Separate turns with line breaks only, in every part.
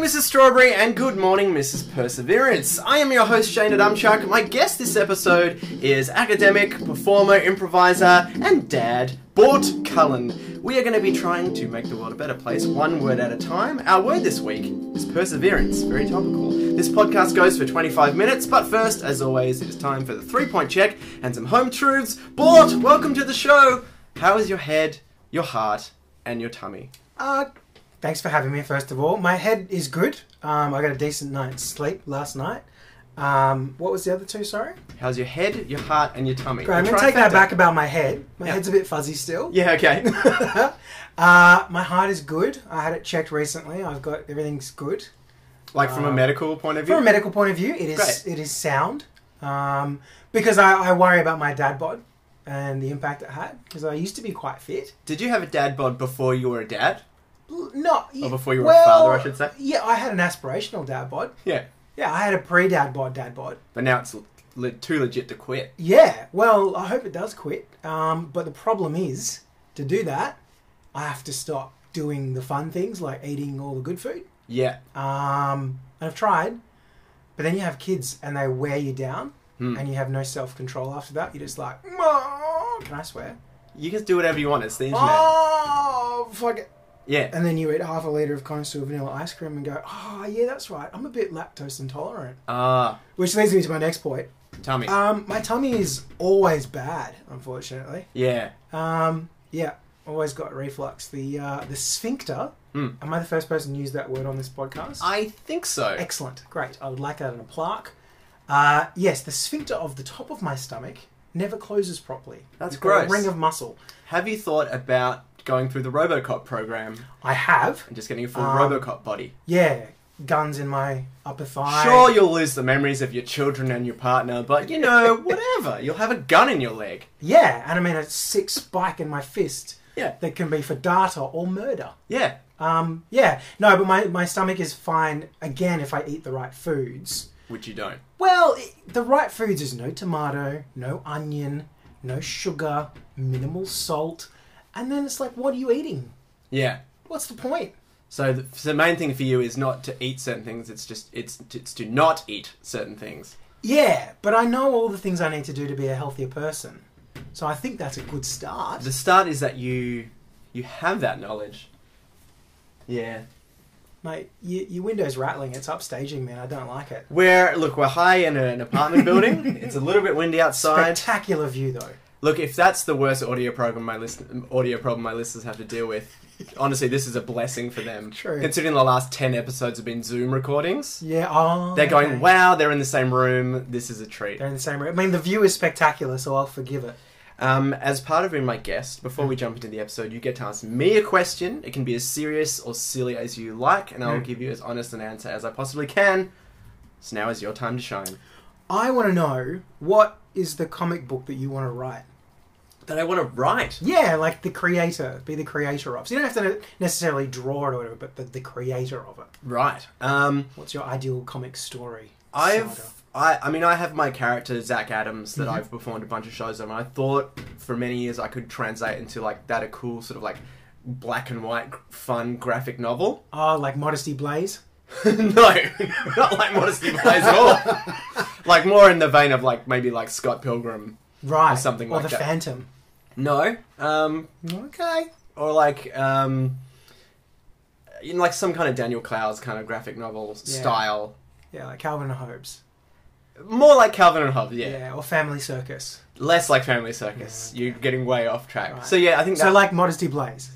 Mrs. Strawberry, and good morning, Mrs. Perseverance. I am your host, Shana Dumchuk. My guest this episode is academic, performer, improviser, and dad, Bort Cullen. We are going to be trying to make the world a better place one word at a time. Our word this week is perseverance, very topical. This podcast goes for 25 minutes, but first, as always, it is time for the three point check and some home truths. Bort, welcome to the show. How is your head, your heart, and your tummy?
Uh, thanks for having me, first of all. My head is good. Um, I got a decent night's sleep last night. Um, what was the other two, sorry?
How's your head, your heart, and your tummy?
Great, I'm
The
going to take that
trifecta.
back about my head. My
Yeah.
head's a bit fuzzy still.
Yeah, okay.
uh, my heart is good. I had it checked recently. I've got everything's good.
like from a
Uh,
medical point of view.
From a medical point of view, it is
Great.
it is sound. Um, because I, I worry about my dad bod and the impact it had. Because I used to be quite fit.
Did you have a dad bod before you were a dad?
L- Not
Or Oh, before you were
well,
a father, I should say.
Yeah, I had an aspirational dad bod.
Yeah,
Yeah, I had a pre-dad bod dad bod.
but now it's le- too legit to quit.
Yeah, well, I hope it does quit. Um, but the problem is, to do that, I have to stop doing the fun things like eating all the good food.
Yeah,
Um, and I've tried, but then you have kids and they wear you down, and you have no self control after that. You're just like, "Oh, can I swear?
you can do whatever you want. It's the internet.
Oh, fuck it.
Yeah,
And then you eat half a litre of connoisseur vanilla ice cream and go, oh, yeah, that's right. I'm a bit lactose intolerant.
ah,
Which leads me to my next point.
tummy.
Um, my tummy is always bad, unfortunately.
yeah,
Um, yeah, always got reflux. The uh, the sphincter.
Hmm.
Am I the first person to use that word on this podcast?
I think so.
Excellent, great. I would like that in a plaque. Uh, yes, the sphincter of the top of my stomach never closes properly.
That's
You've got a
gross.
ring of muscle.
Have you thought about going through the RoboCop program
I have.
and just getting a full
Um,
RoboCop body?
Yeah, guns in my upper thigh.
Sure, you'll lose the memories of your children and your partner, but you know, whatever. You'll have a gun in your leg.
Yeah, and I mean a six spike in my fist
Yeah,
that can be for data or murder.
yeah.
Um, yeah, no, but my, my stomach is fine again if I eat the right foods.
Which you don't.
Well, i the right foods is no tomato, no onion, no sugar, minimal salt, and then it's like, what are you eating?
Yeah.
What's the point?
So the, so the main thing for you is not to eat certain things. It's just it's it's to not eat certain things.
Yeah, but I know all the things I need to do to be a healthier person, so I think that's a good start.
The start is that you you have that knowledge. Yeah.
Mate, you, your window's rattling. It's upstaging, man. I don't like it.
We're look we're high in an apartment building. it's a little bit windy outside.
Spectacular view, though.
Look, if that's the worst audio program my listen audio problem my listeners have to deal with, honestly, this is a blessing for them.
True.
Considering the last ten episodes have been Zoom recordings,
Yeah. Oh,
they're going
okay.
wow. They're in the same room. This is a treat.
They're in the same room. I mean, the view is spectacular, so I'll forgive it.
Um, as part of being my guest, before we jump into the episode, you get to ask me a question. It can be as serious or silly as you like, and I will
Mm.
give you as honest an answer as I possibly can. So now is your time to shine.
I want to know what is the comic book that you want to write.
That I want to write.
Yeah, like the creator, be the creator of. So you don't have to necessarily draw it or whatever, but the, the creator of it.
Right. Um,
What's your ideal comic story? saga?
I've. I, I mean, I have my character, Zach Adams, that I've performed a bunch of shows on. and I thought for many years I could translate into, like, that a cool sort of, like, black and white, fun graphic novel.
Oh, like Modesty Blaze?
no, not like Modesty Blaze at all. like more in the vein of like maybe like Scott Pilgrim.
Right.
something
or
like
the
that.
Phantom.
No, um,
Okay.
or like um, in like some kind of Daniel Clowes kind of graphic novel
Yeah.
style.
Yeah, like Calvin and Hobbes.
More like Calvin and Hobbes, yeah.
Yeah. or Family Circus.
Less like Family Circus. You're getting way off track.
Right.
So yeah, I think that,
So like Modesty Blaze.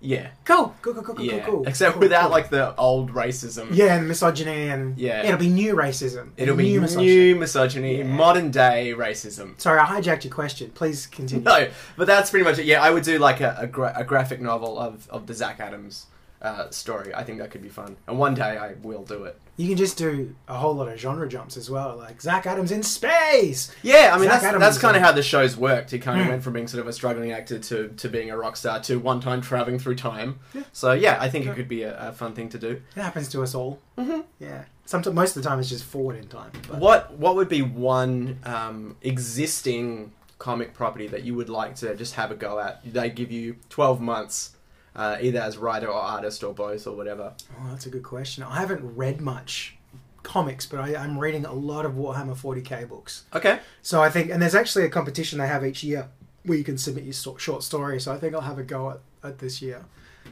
yeah,
Cool. Cool, cool, cool, cool,
yeah.
cool, cool.
Except
Cool,
without
cool.
like the old racism.
Yeah, and misogyny and
Yeah.
it'll be new racism.
It'll be new misogyny,
Yeah.
modern day racism.
Sorry, I hijacked your question. Please continue.
No, but that's pretty much it. Yeah, I would do like a, a, gra- a graphic novel of, of the Zach Adams uh, story. I think that could be fun. And one day I will do it.
You can just do a whole lot of genre jumps as well, like Zach Adams in space.
Yeah, I mean,
Zac
that's,
Adams
that's
is Hmm.
kind of
a-
how the show's worked. He kind of went from being sort of a struggling actor to, to being a rock star to one time traveling through time.
Yeah.
So, yeah, I think
Yeah.
it could be a, a fun thing to do.
It happens to us all.
Mm-hmm.
Yeah. Sometimes, most of the time, it's just forward in time. But
What, what would be one um, existing comic property that you would like to just have a go at? They give you 12 months uh, either as writer or artist or both or whatever?
Oh, that's a good question. I haven't read much comics, but I, I'm reading a lot of Warhammer 40k books.
Okay.
So I think, and there's actually a competition they have each year where you can submit your sto- short story. So I think I'll have a go at, at this year.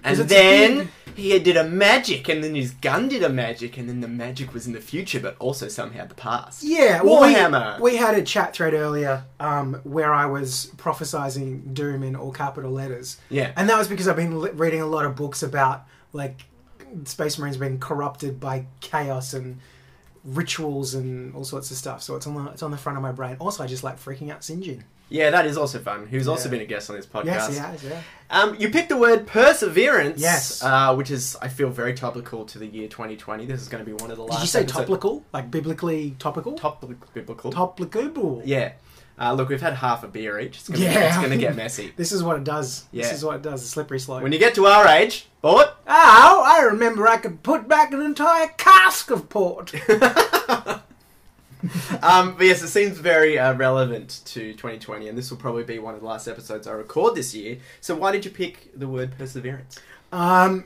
And
it's a
then he did a magic, and then his gun did a magic, and then the magic was in the future, but also somehow the past.
Yeah, well, we-
Warhammer.
We, had a chat thread earlier um, where I was prophesizing doom in all capital letters,
Yeah.
and that was because I've been li- reading a lot of books about like space marines being corrupted by chaos and rituals and all sorts of stuff. So it's on the it's on the front of my brain. Also, I just like freaking out Sinjin.
Yeah, that is also fun. Who's also
Yeah.
been a guest on this podcast.
Yes, he has. Yeah.
Um, you picked the word perseverance.
Yes.
Uh, which is, I feel, very topical to the year 2020. This is going to be one of the last.
Did you say
episodes-
topical? Like biblically topical?
Topic biblical.
Topical.
Yeah. Uh, look, we've had half a beer each. It's gonna,
Yeah.
it's gonna get messy.
This is what it does.
Yeah.
This is what it does. The slippery slope.
When you get to our age, bought.
Oh, I remember I could put back an entire cask of port.
Um, but yes, it seems very uh, relevant to 2020, and this will probably be one of the last episodes I record this year. So why did you pick the word perseverance?
um,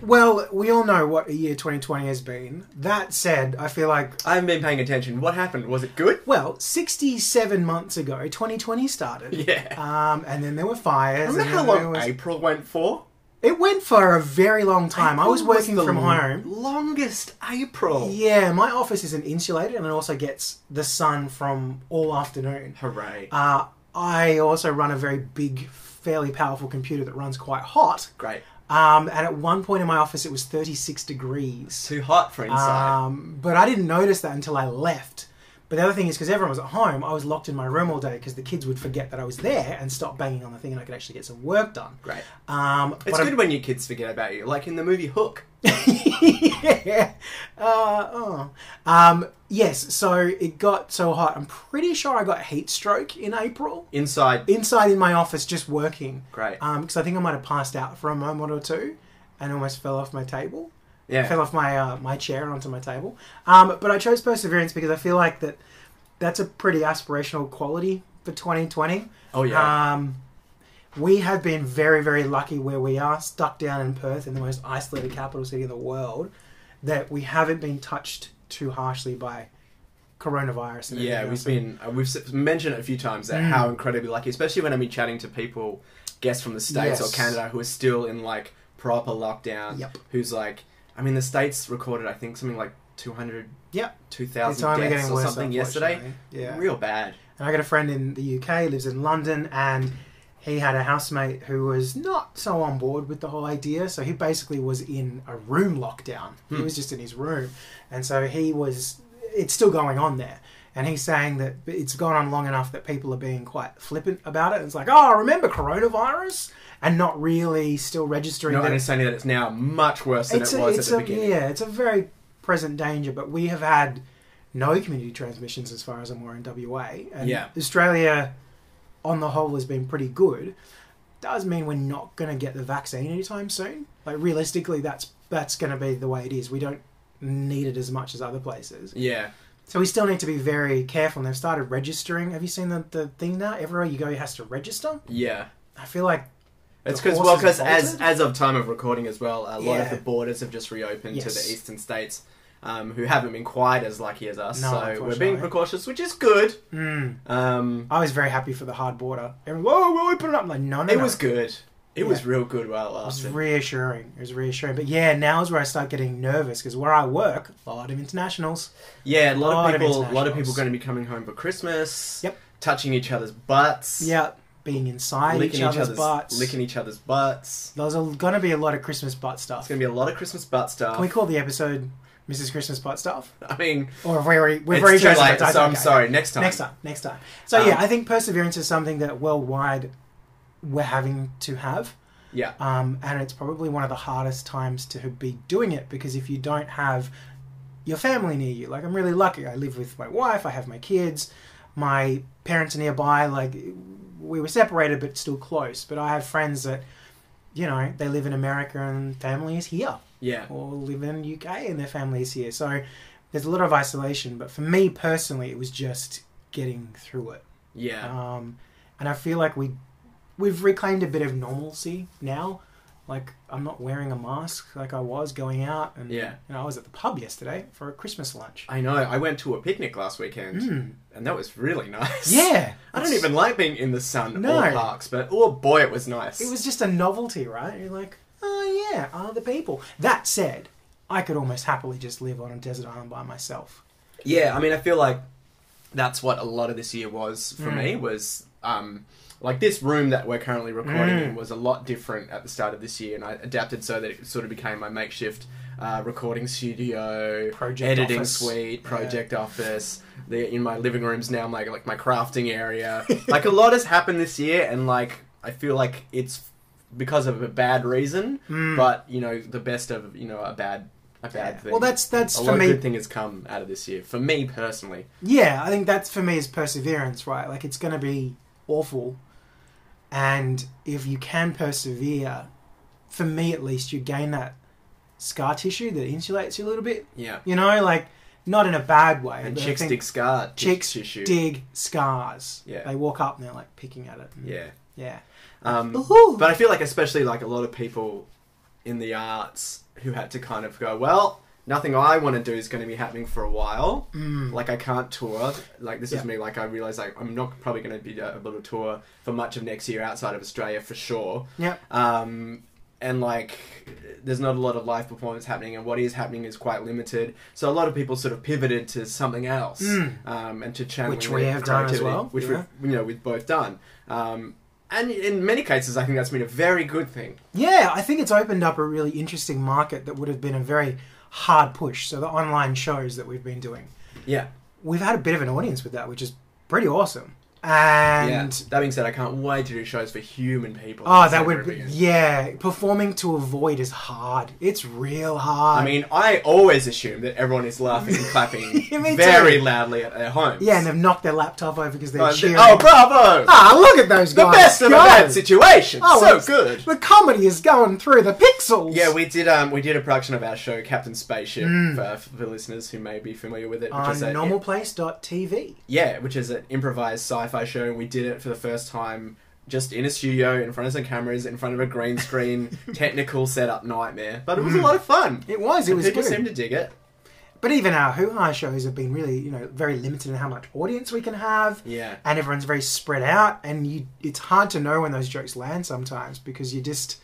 well, we all know what a year 2020 has been. That said, I feel like,
I haven't been paying attention. What happened? Was it good?
well, 67 months ago, 2020 started.
Yeah.
Um, and then there were fires.
Remember
and
how
then
long
there was-
April went for?
It went for a very long time. Um, I was
April
working
the
from home.
Longest April.
Yeah, my office isn't insulated and it also gets the sun from all afternoon.
Hooray.
Uh, I also run a very big, fairly powerful computer that runs quite hot.
Great.
Um, and at one point in my office, it was 36 degrees.
Too hot for inside.
Um, but I didn't notice that until I left. But the other thing is, because everyone was at home, I was locked in my room all day because the kids would forget that I was there and stop banging on the thing and I could actually get some work done.
Great.
Um,
It's
but I'm-
good when your kids forget about you, like in the movie Hook.
yeah. Uh, oh. um, yes, so it got so hot. I'm pretty sure I got heat stroke in April
Inside.
inside in my office just working.
Great.
Because I think I might have passed out for a moment or two and almost fell off my table.
Yeah.
fell off my uh, my chair onto my table. Um, but I chose perseverance because I feel like that that's a pretty aspirational quality for 2020.
Oh yeah.
Um, we have been very very lucky where we are stuck down in Perth in the most isolated capital city in the world that we haven't been touched too harshly by coronavirus. And
yeah,
everything
we've
else.
been uh, we've s- mentioned a few times that how
Mm.
incredibly lucky, especially when I've been chatting to people, guests from the states
Yes.
or Canada who are still in like proper lockdown.
Yep.
Who's like, I mean, the states recorded I think something like 200,
Yep.
2,000 deaths or something yesterday.
unfortunately. Yeah.
Real bad.
And I got a friend in the UK, lives in London, and he had a housemate who was not so on board with the whole idea. So he basically was in a room lockdown. He was just in his room. And so he was, it's still going on there. And he's saying that it's gone on long enough that people are being quite flippant about it. It's like, oh, remember coronavirus? And not really still registering
Not
that
understanding that it's now much worse than it
a-
was at the
a,
beginning.
Yeah, it's a very present danger, but we have had no community transmissions as far as I'm aware in WA. And
Yeah.
Australia, on the whole, has been pretty good. Does mean we're not going to get the vaccine anytime soon. Like realistically, that's that's going to be the way it is. We don't need it as much as other places,
Yeah.
so we still need to be very careful. And they've started registering. Have you seen the, the thing now? Everywhere you go, it has to register.
Yeah.
I feel like
It's
The
because well,
horse is
'cause as
bolted?
as of time of recording as well, a lot
Yeah.
of the borders have just reopened to
Yes.
the eastern states, um, who haven't been quite as lucky as us.
No,
so we're being
unfortunately.
precautious, which is good.
mm,
Um,
I was very happy for the hard border. Everyone, whoa, we'll open it up. I'm like, no, no,
it
no.
was good. It was real good while it
It was
lasted.
reassuring. It was reassuring. But yeah, now is where I start getting nervous because where I work, a lot of internationals.
yeah, a lot
lot
of
of
people, a lot of people
internationals.
going to be coming home for Christmas.
Yep.
Touching each other's butts.
Yeah, being inside
Licking
each other's, butts.
Licking each other's butts.
There's going to be a lot of Christmas butt
It's
stuff.
going to be a lot of Christmas butt stuff.
Can we call the episode Mrs. Christmas butt stuff?
I mean,
Or have we already, we've
it's
already
too
chosen
late,
that.
so I'm
Okay.
sorry. Next time.
Next time. Next time. So
Um,
yeah, I think perseverance is something that worldwide we're having to have.
Yeah.
um, and it's probably one of the hardest times to be doing it because if you don't have your family near you, like I'm really lucky, I live with my wife, I have my kids, my parents are nearby. Like we were separated but still close, but I have friends that, you know, they live in America and family is here,
Yeah.
or live in UK and their family is here. So there's a lot of isolation, but for me personally, it was just getting through it.
Yeah.
Um, and I feel like we we've reclaimed a bit of normalcy now. like I'm not wearing a mask like I was going out and
Yeah.
you know, I was at the pub yesterday for a Christmas lunch.
I know. I went to a picnic last weekend,
Mm.
and that was really nice.
Yeah.
I don't
It's-
even like being in the sun
No.
or parks, but oh boy, it was nice.
It was just a novelty, right? You're like, oh yeah, other people. That said, I could almost happily just live on a desert island by myself.
Yeah, I mean, I feel like that's what a lot of this year was for
Mm.
me. Was um, like this room that we're currently recording
Mm.
in was a lot different at the start of this year, and I adapted so that it sort of became my makeshift uh, recording studio,
Project
editing
office.
suite,
Yeah.
project office. The, in my living rooms now, my like my crafting area. like a lot has happened this year, and like I feel like it's because of a bad reason,
Mm.
but you know the best of you know a bad a bad
Yeah.
thing.
Well, that's that's
a
for
lot
me.
of good thing has come out of this year for me personally.
Yeah, I think that's for me is perseverance, right? Like it's going to be awful, and if you can persevere, for me at least, you gain that scar tissue that insulates you a little bit.
Yeah,
You know, like not in a bad way.
and
but I
chicks
think
dig scar t-
chicks
tissue.
dig scars.
Yeah.
they walk up and they're like picking at it.
yeah,
yeah.
um,
Ooh.
but I feel like especially like a lot of people in the arts who had to kind of go well. Nothing I want to do is going to be happening for a while.
Mm.
Like I can't tour. Like this
Yeah.
is me. Like I realize like I'm not probably going to be uh, able to tour for much of next year outside of Australia for sure.
yeah.
um, and like there's not a lot of live performance happening and what is happening is quite limited so a lot of people sort of pivoted to something else
Mm.
um, and to channel
Which we have done as well,
which
yeah.
we've you know we've both done um, and in many cases i think that's been a very good thing
Yeah, I think it's opened up a really interesting market that would have been a very hard push. So the online shows that we've been doing,
yeah
we've had a bit of an audience with that, which is pretty awesome. And
yeah that being said i can't wait to do shows for human people
oh,
That's
that
like
would be,
really good.
yeah, performing to a void is hard. It's real hard.
I mean, I always assume that everyone is laughing and clapping
Me too.
very loudly at their homes.
yeah, and they've knocked their laptop over because they're
oh,
cheering.
oh, bravo!
ah, look at those
the
guys.
best of a
go.
bad situation.
Oh,
so
it's-
good.
The comedy is going through the pixels.
Yeah, we did. Um, we did a production of our show, Captain Spaceship,
Mm.
for, for listeners who may be familiar with it. Which
on
is a,
normalplace.tv.
Yeah, which is an improvised sci-fi show, and we did it for the first time, just in a studio, in front of some cameras, in front of a green screen, technical setup nightmare. But it was a lot of fun.
Mm. It was. It
And
was
people
good.
seemed to dig it.
But even our Who Ha shows have been really, you know, very limited in how much audience we can have,
Yeah,
and everyone's very spread out, and you, it's hard to know when those jokes land sometimes because you just,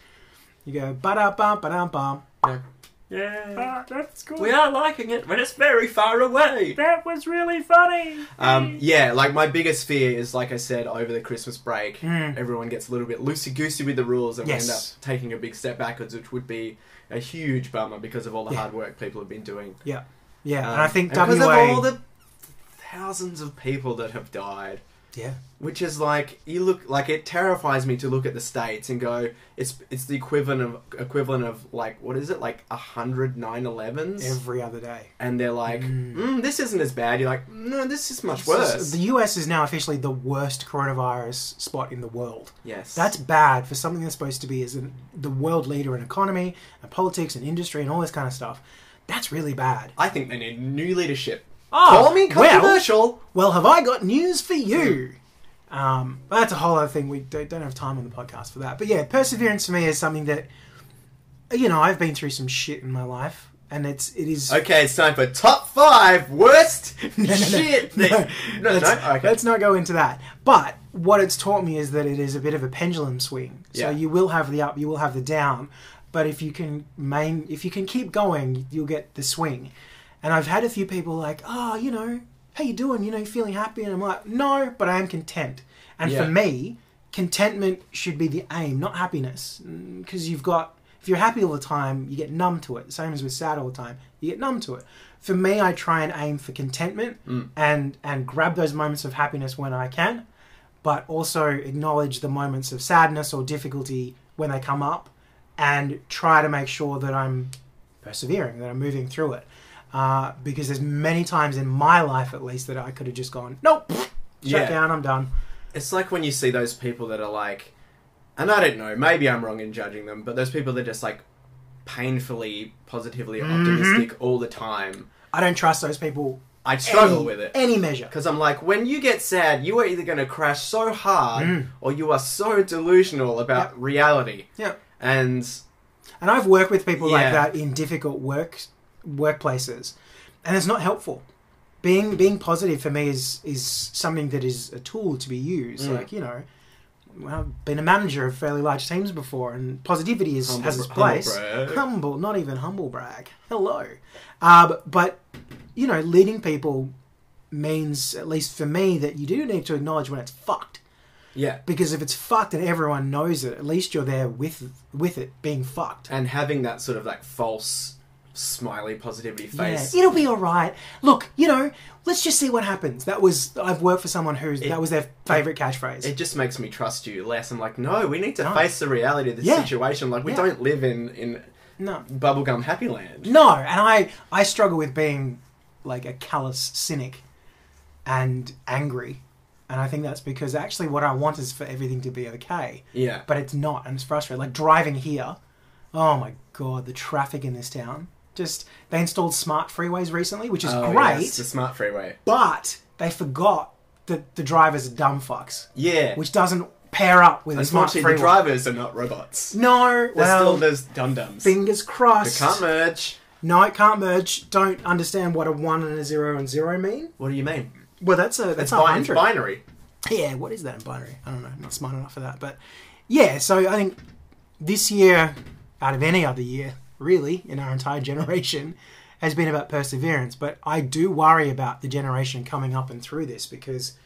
you go ba da ba ba da ba.
Yeah, that's cool.
are liking it when it's very far away.
that was really funny.
Um, yeah, like my biggest fear is, like I said, over the Christmas break,
Mm.
everyone gets a little bit loosey goosey with the rules and we end up
Yes.
taking a big step backwards, which would be a huge bummer because of all the
Yeah.
hard work people have been doing.
Yeah,
Um,
and I think
because
WA.
of all the thousands of people that have died,
yeah,
which is like you look like it terrifies me to look at the states and go, it's it's the equivalent of equivalent of like what is it like a hundred nine elevens,
every other day.
and they're like, mm.
Mm.
this isn't as bad. You're like, no, this is much
It's
worse.
just- the US is now officially the worst coronavirus spot in the world.
yes,
That's bad for something that's supposed to be as an, the world leader in economy and politics and industry and all this kind of stuff. That's really bad.
I think they need new leadership.
Oh,
Call me
well-
controversial.
Well, have I got news for you? Um, but that's a whole other thing. We don't, don't have time on the podcast for that. But yeah, perseverance for me is something that, you know, I've been through some shit in my life, and it's it is.
Okay, it's time for top five worst shit.
No,
that- No, no,
let's,
okay.
let's not go into that. But what it's taught me is that it is a bit of a pendulum swing. So
Yeah.
you will have the up, you will have the down, but if you can main, if you can keep going, you'll get the swing. And I've had a few people like, oh, you know, how you doing? You know, you feeling happy? And I'm like, no, but I am content. And
Yeah.
for me, contentment should be the aim, not happiness, because you've got. If you're happy all the time, you get numb to it. Same as with sad all the time, you get numb to it. For me, I try and aim for contentment
Mm.
and and grab those moments of happiness when I can, but also acknowledge the moments of sadness or difficulty when they come up, and try to make sure that I'm persevering, that I'm moving through it. Uh, because there's many times in my life, at least, that I could have just gone, nope, shut
Yeah.
down, I'm done.
It's like when you see those people that are like, and I don't know, maybe I'm wrong in judging them, but those people that are just like painfully positively
Mm-hmm.
optimistic all the time.
I don't trust those people.
I struggle
any,
with it.
Any measure.
Because I'm like, when you get sad, you are either going to crash
Mm.
so hard or you are so delusional about reality.
Yeah.
And
And I've worked with people
Yeah.
like that in difficult work workplaces, and it's not helpful. Being being positive for me is is something that is a tool to be used.
Mm.
Like you know, I've been a manager of fairly large teams before, and positivity is,
Humble
has its
bra- humble
place.
brag.
Humble, not even humble brag. Hello, uh, but you know, leading people means at least for me that you do need to acknowledge when it's fucked
Yeah.
because if it's fucked and everyone knows it, at least you're there with with it being fucked.
And having that sort of like false smiley positivity face.
Yeah, it'll be all right. Look, you know, let's just see what happens. That was I've worked for someone who's that was their favorite catchphrase.
It just makes me trust you less. I'm like, no, we need to
No.
face the reality of this
Yeah.
situation. Like, we
Yeah.
don't live in in
no,
bubblegum happy land.
no, and I I struggle with being like a callous cynic and angry, and I think that's because actually what I want is for everything to be okay.
Yeah.
but it's not, and it's frustrating. Like driving here, oh my god, the traffic in this town. Just they installed smart freeways recently, which is
Oh,
great,
yes, the smart freeway.
but they forgot that the drivers are dumb fucks,
Yeah.
which doesn't pair up with a smart
Unfortunately,
freeway.
the drivers are not robots.
no,
They're still
well,
those dum dums. They
fingers crossed.
can't merge.
no, it can't merge. Don't understand what a one and a zero and zero mean.
What do you mean?
Well, that's a that's
It's,
a
bi- it's
hundred.
binary.
yeah, what is that in binary? I don't know. I'm not smart enough for that. But yeah, so I think this year, out of any other year, really, in our entire generation, has been about perseverance. But I do worry about the generation coming up and through this because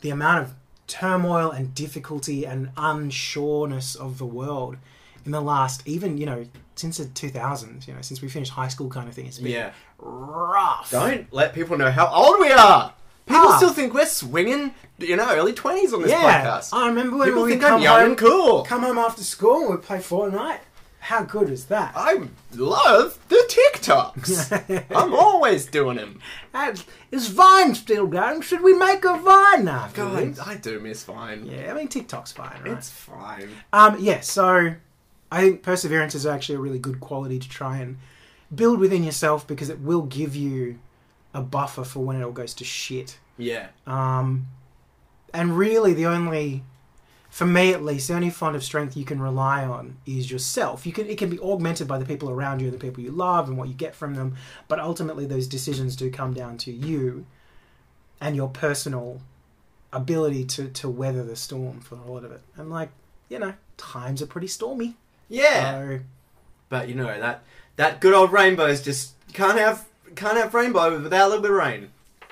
the amount of turmoil and difficulty and unsureness of the world in the last, even, you know, since the 2000s, you know, since we finished high school kind of thing, it's been
Yeah.
rough.
Don't let people know how old we are. People
Ah.
still think we're swinging, you know, early 20s on this
yeah,
podcast.
I remember when
People
we
think
come
I'm young
home
and cool.
come home after school and we play Fortnite. How good is that?
I love the TikToks. I'm always doing them.
And is Vine still going? Should we make a Vine after
God,
this?
I do miss Vine.
Yeah, I mean TikTok's fine, right?
It's fine.
Um, yeah. So I think perseverance is actually a really good quality to try and build within yourself because it will give you a buffer for when it all goes to shit.
Yeah.
Um, and really, the only, for me at least, the only font of strength you can rely on is yourself. You can it can be augmented by the people around you and the people you love and what you get from them, but ultimately those decisions do come down to you and your personal ability to to weather the storm for a lot of it. And like you know, times are pretty stormy.
Yeah.
So
uh, But you know that that good old rainbow is just can't have can't have rainbow without a little bit of rain.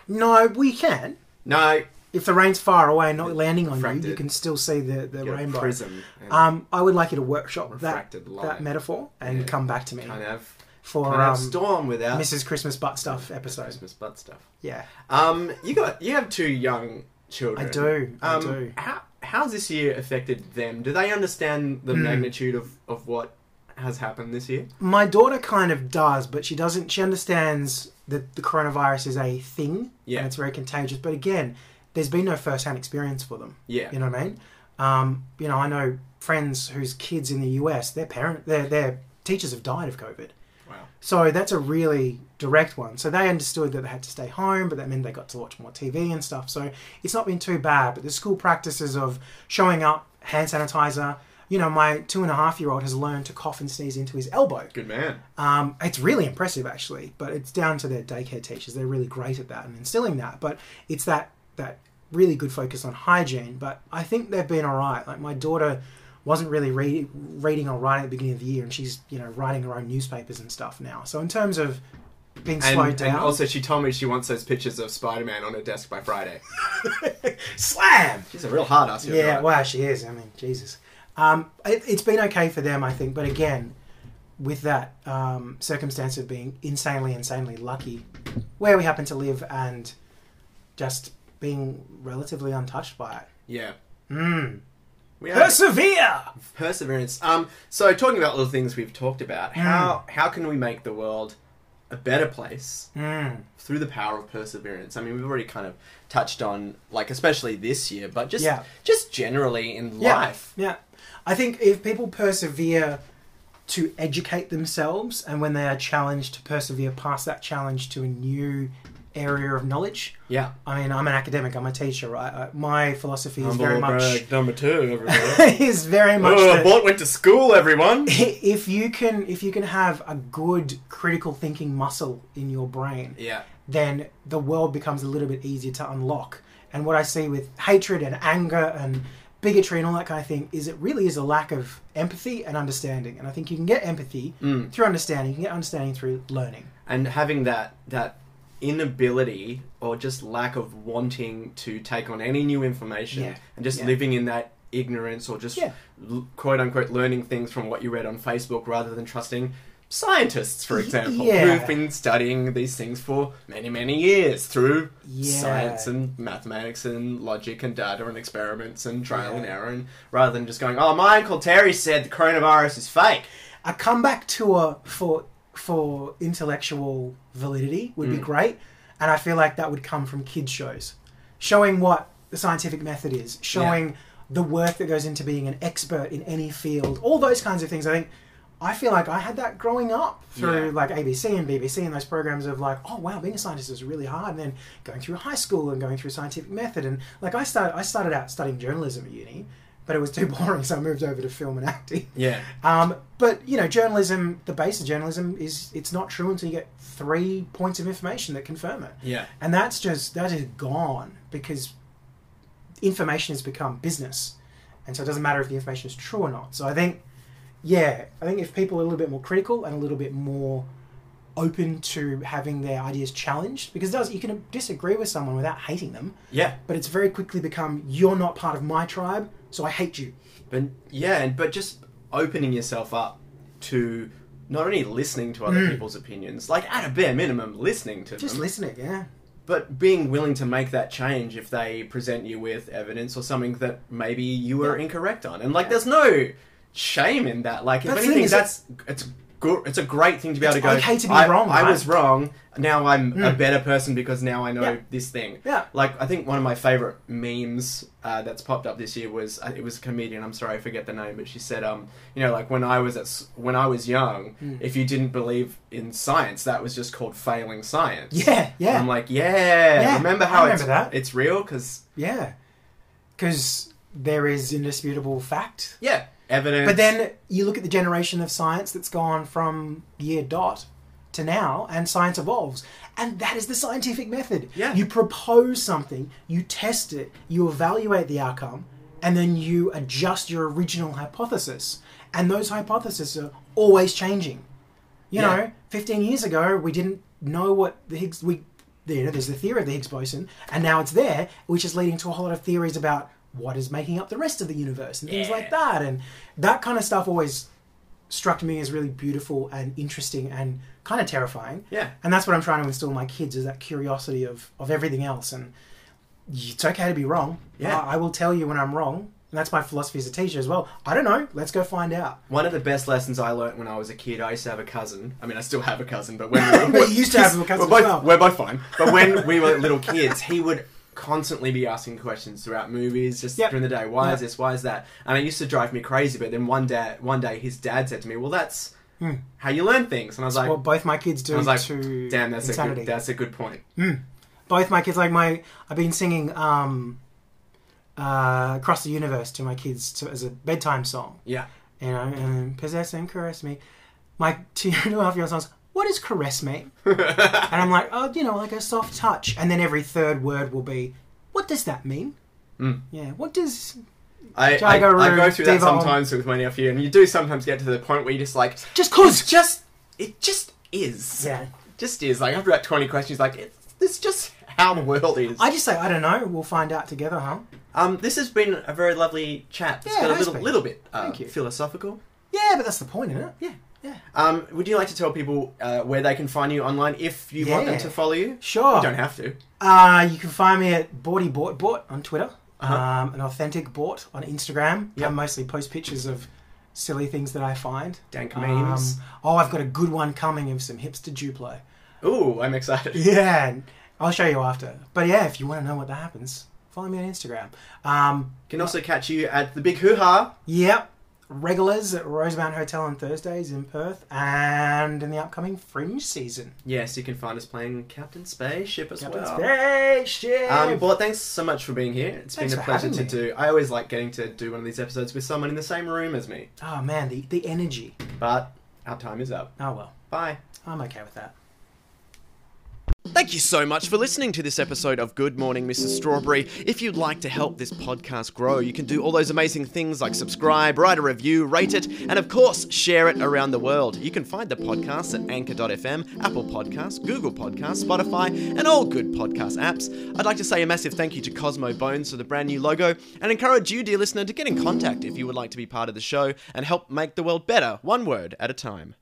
no, we can.
No,
If the rain's far away and not landing on you, you
Refracted.
can still see the, the
get a
rainbow.
prism. and
Um, I would like you to workshop that,
refracted light.
that metaphor and
Yeah.
come back to me
Can't have
for
can't have
um,
storm without
Mrs. Christmas butt stuff episode.
Christmas butt stuff.
Yeah,
Um, you got you have two young children.
I do. I
Um,
do.
How how's this year affected them? Do they understand
Hmm.
the magnitude of of what has happened this year?
My daughter kind of does, but she doesn't. She understands that the coronavirus is a thing
Yeah.
and it's very contagious. But again, there's been no first-hand experience for them.
Yeah.
You know what I mean? Um, you know, I know friends whose kids in the US, their parent, their their teachers have died of COVID.
Wow.
So that's a really direct one. So they understood that they had to stay home, but that meant they got to watch more TV and stuff. So it's not been too bad. But the school practices of showing up, hand sanitizer. You know, my two and a half year old has learned to cough and sneeze into his elbow.
Good man.
Um, it's really impressive, actually. But it's down to their daycare teachers. They're really great at that and instilling that. But it's that that really good focus on hygiene. But I think they've been all right. Like my daughter wasn't really read, reading or writing at the beginning of the year, and she's you know writing her own newspapers and stuff now. So in terms of being
And,
slowed down,
and also, she told me she wants those pictures of Spider Man on her desk by Friday.
slam.
She's a real hard ass. young
Yeah,
girl.
well, she is. I mean, Jesus. Um, it, it's been okay for them, I think. But again, with that um, circumstance of being insanely, insanely lucky where we happen to live and just being relatively untouched by it.
yeah.
Mm.
We are
Persevere!
perseverance. Um. So talking about little things we've talked about,
Hmm.
how how can we make the world a better place
Mm.
through the power of perseverance. I mean, we've already kind of touched on like especially this year, but just
Yeah.
just generally in
Yeah.
life.
Yeah. I think if people persevere to educate themselves and when they are challenged to persevere past that challenge to a new area of knowledge.
Yeah.
I mean, I'm an academic. I'm a teacher, right? Uh, my philosophy is very much
brag number two, everyone.
is very much
oh,
that-
Bort went to school, everyone.
if you can if you can have a good critical thinking muscle in your brain,
Yeah.
then the world becomes a little bit easier to unlock. And what I see with hatred and anger and bigotry and all that kind of thing is it really is a lack of empathy and understanding. And I think you can get empathy
Mm.
through understanding. You can get understanding through learning.
and having that that inability or just lack of wanting to take on any new information
Yeah.
and just
Yeah.
living in that ignorance or just
Yeah.
l- quote unquote learning things from what you read on Facebook rather than trusting scientists for
Y-
example
yeah.
who've been studying these things for many many years through
Yeah.
science and mathematics and logic and data and experiments and trial and
Yeah.
error and rather than just going oh my uncle Terry said the coronavirus is fake
a comeback tour for for intellectual validity would be
Mm.
great, and I feel like that would come from kids shows, showing what the scientific method is, showing the work that goes into being an expert in any field, all those kinds of things. I think I feel like I had that growing up through
Yeah.
like ABC and BBC and those programs of like, oh wow, being a scientist is really hard, and then going through high school and going through scientific method and like I started I started out studying journalism at uni. But it was too boring, so I moved over to film and acting.
yeah
Um, but you know, journalism. The base of journalism is it's not true until you get three points of information that confirm it,
yeah
and that's just that is gone because information has become business, and so it doesn't matter if the information is true or not. So I think, yeah, I think if people are a little bit more critical and a little bit more open to having their ideas challenged, because it does you can disagree with someone without hating them,
yeah
but it's very quickly become you're not part of my tribe, so I hate you.
But yeah, and but just opening yourself up to not only listening to other people's opinions, like at a bare minimum, listening to
Mm. Just
them,
listen it, yeah.
but being willing to make that change if they present you with evidence or something that maybe you were incorrect on. And like,
Yeah.
there's no shame in that. Like, if
That's the thing,
anything,
is that-
that's it's good. It's a great thing to be able to
It's
go.
okay to be
I,
wrong,
I
right?"
was wrong. Now I'm a
Mm.
better person because now I know
Yeah.
this thing.
Yeah.
Like, I think one of my favorite memes uh, that's popped up this year was uh, it was a comedian. I'm sorry, I forget the name, but she said, um, you know, like when I was at s- when I was young,
Mm.
if you didn't believe in science, that was just called failing science.
Yeah, yeah.
And I'm like, yeah.
Yeah,
remember
I
how
remember
it's
that.
it's real because
Yeah, because there is indisputable fact.
yeah, evidence.
But then you look at the generation of science that's gone from year dot to now, and science evolves. And that is the scientific method.
Yeah.
You propose something, you test it, you evaluate the outcome, and then you adjust your original hypothesis. And those hypotheses are always changing. You
Yeah.
know, 15 years ago, we didn't know what the Higgs. We, you know, there's the theory of the Higgs boson, and now it's there, which is leading to a whole lot of theories about what is making up the rest of the universe and things like that. And that kind of stuff always struck me as really beautiful and interesting and kind of terrifying.
yeah,
And that's what I'm trying to instill in my kids is that curiosity of, of everything else. And it's okay to be wrong.
Yeah.
I, I will tell you when I'm wrong. And that's my philosophy as a teacher as well. I don't know. Let's go find out.
one of the best lessons I learnt when I was a kid. I used to have a cousin. I mean, I still have a cousin, but when we were,
But you used to have a cousin
we're both,
as well.
We're both fine. But when we were little kids, he would constantly be asking questions throughout movies, just
Yep.
during the day. Why
Yep.
is this? Why is that? And it used to drive me crazy. But then one day, one day, his dad said to me, "Well, that's
Hmm.
how you learn things." And I was like,
what both my kids do
I was like,
to
"Damn, that's
insanity. Hmm.
a good, that's a good point."
both my kids like my i've been singing um uh across the universe to my kids to, as a bedtime song
Yeah,
you know and possess and caress me my two and a half year old son's what is caress me and i'm like oh you know like a soft touch and then every third word will be what does that mean
Mm.
yeah what does
I, I,
Jago
I go
Room,
through that
Diva Home.
sometimes with my nephew, and you do sometimes get to the point where you just like,
just
it's
cause
just it just is.
yeah
Just is. Like after about twenty questions, like it's this just how the world is.
i just say i don't know we'll find out together huh
um, this has been a very lovely chat. It's
Yeah,
got
it
a
has
little
been.
little bit uh,
Thank you.
philosophical.
yeah but that's the point isn't it
Um, would you like to tell people uh, where they can find you online if you want them
Yeah.
to follow you?
sure
You don't have to.
Uh, you can find me at Borty Bort Bort on Twitter,
Uh-huh.
um, an authentic Bort on Instagram.
Yep.
I mostly post pictures of silly things that I find.
Dank memes.
Um, oh, I've got a good one coming of some hipster Duplo.
Ooh, I'm excited.
Yeah, and I'll show you after. But yeah, if you want to know what that happens, follow me on Instagram. Um,
Can also catch you at the big hoo ha
yep, regulars at Rosemount Hotel on Thursdays in Perth, and in the upcoming Fringe season.
Yes, you can find us playing Captain Spaceship as
Captain
well.
Spaceship!
Um, but thanks so much for being here. It's
Thanks
been a
for
pleasure
having
to
me.
do. I always like getting to do one of these episodes with someone in the same room as me.
oh man, the, the energy.
But our time is up.
Oh well,
Bye.
I'm okay with that.
Thank you so much for listening to this episode of Good Morning Mrs. Strawberry. If you'd like to help this podcast grow, you can do all those amazing things like subscribe, write a review, rate it, and of course, share it around the world. You can find the podcast at anchor.fm, Apple Podcasts, Google Podcasts, Spotify, and all good podcast apps. I'd like to say a massive thank you to Cosmo Bones for the brand new logo and encourage you, dear listener, to get in contact if you would like to be part of the show and help make the world better, one word at a time.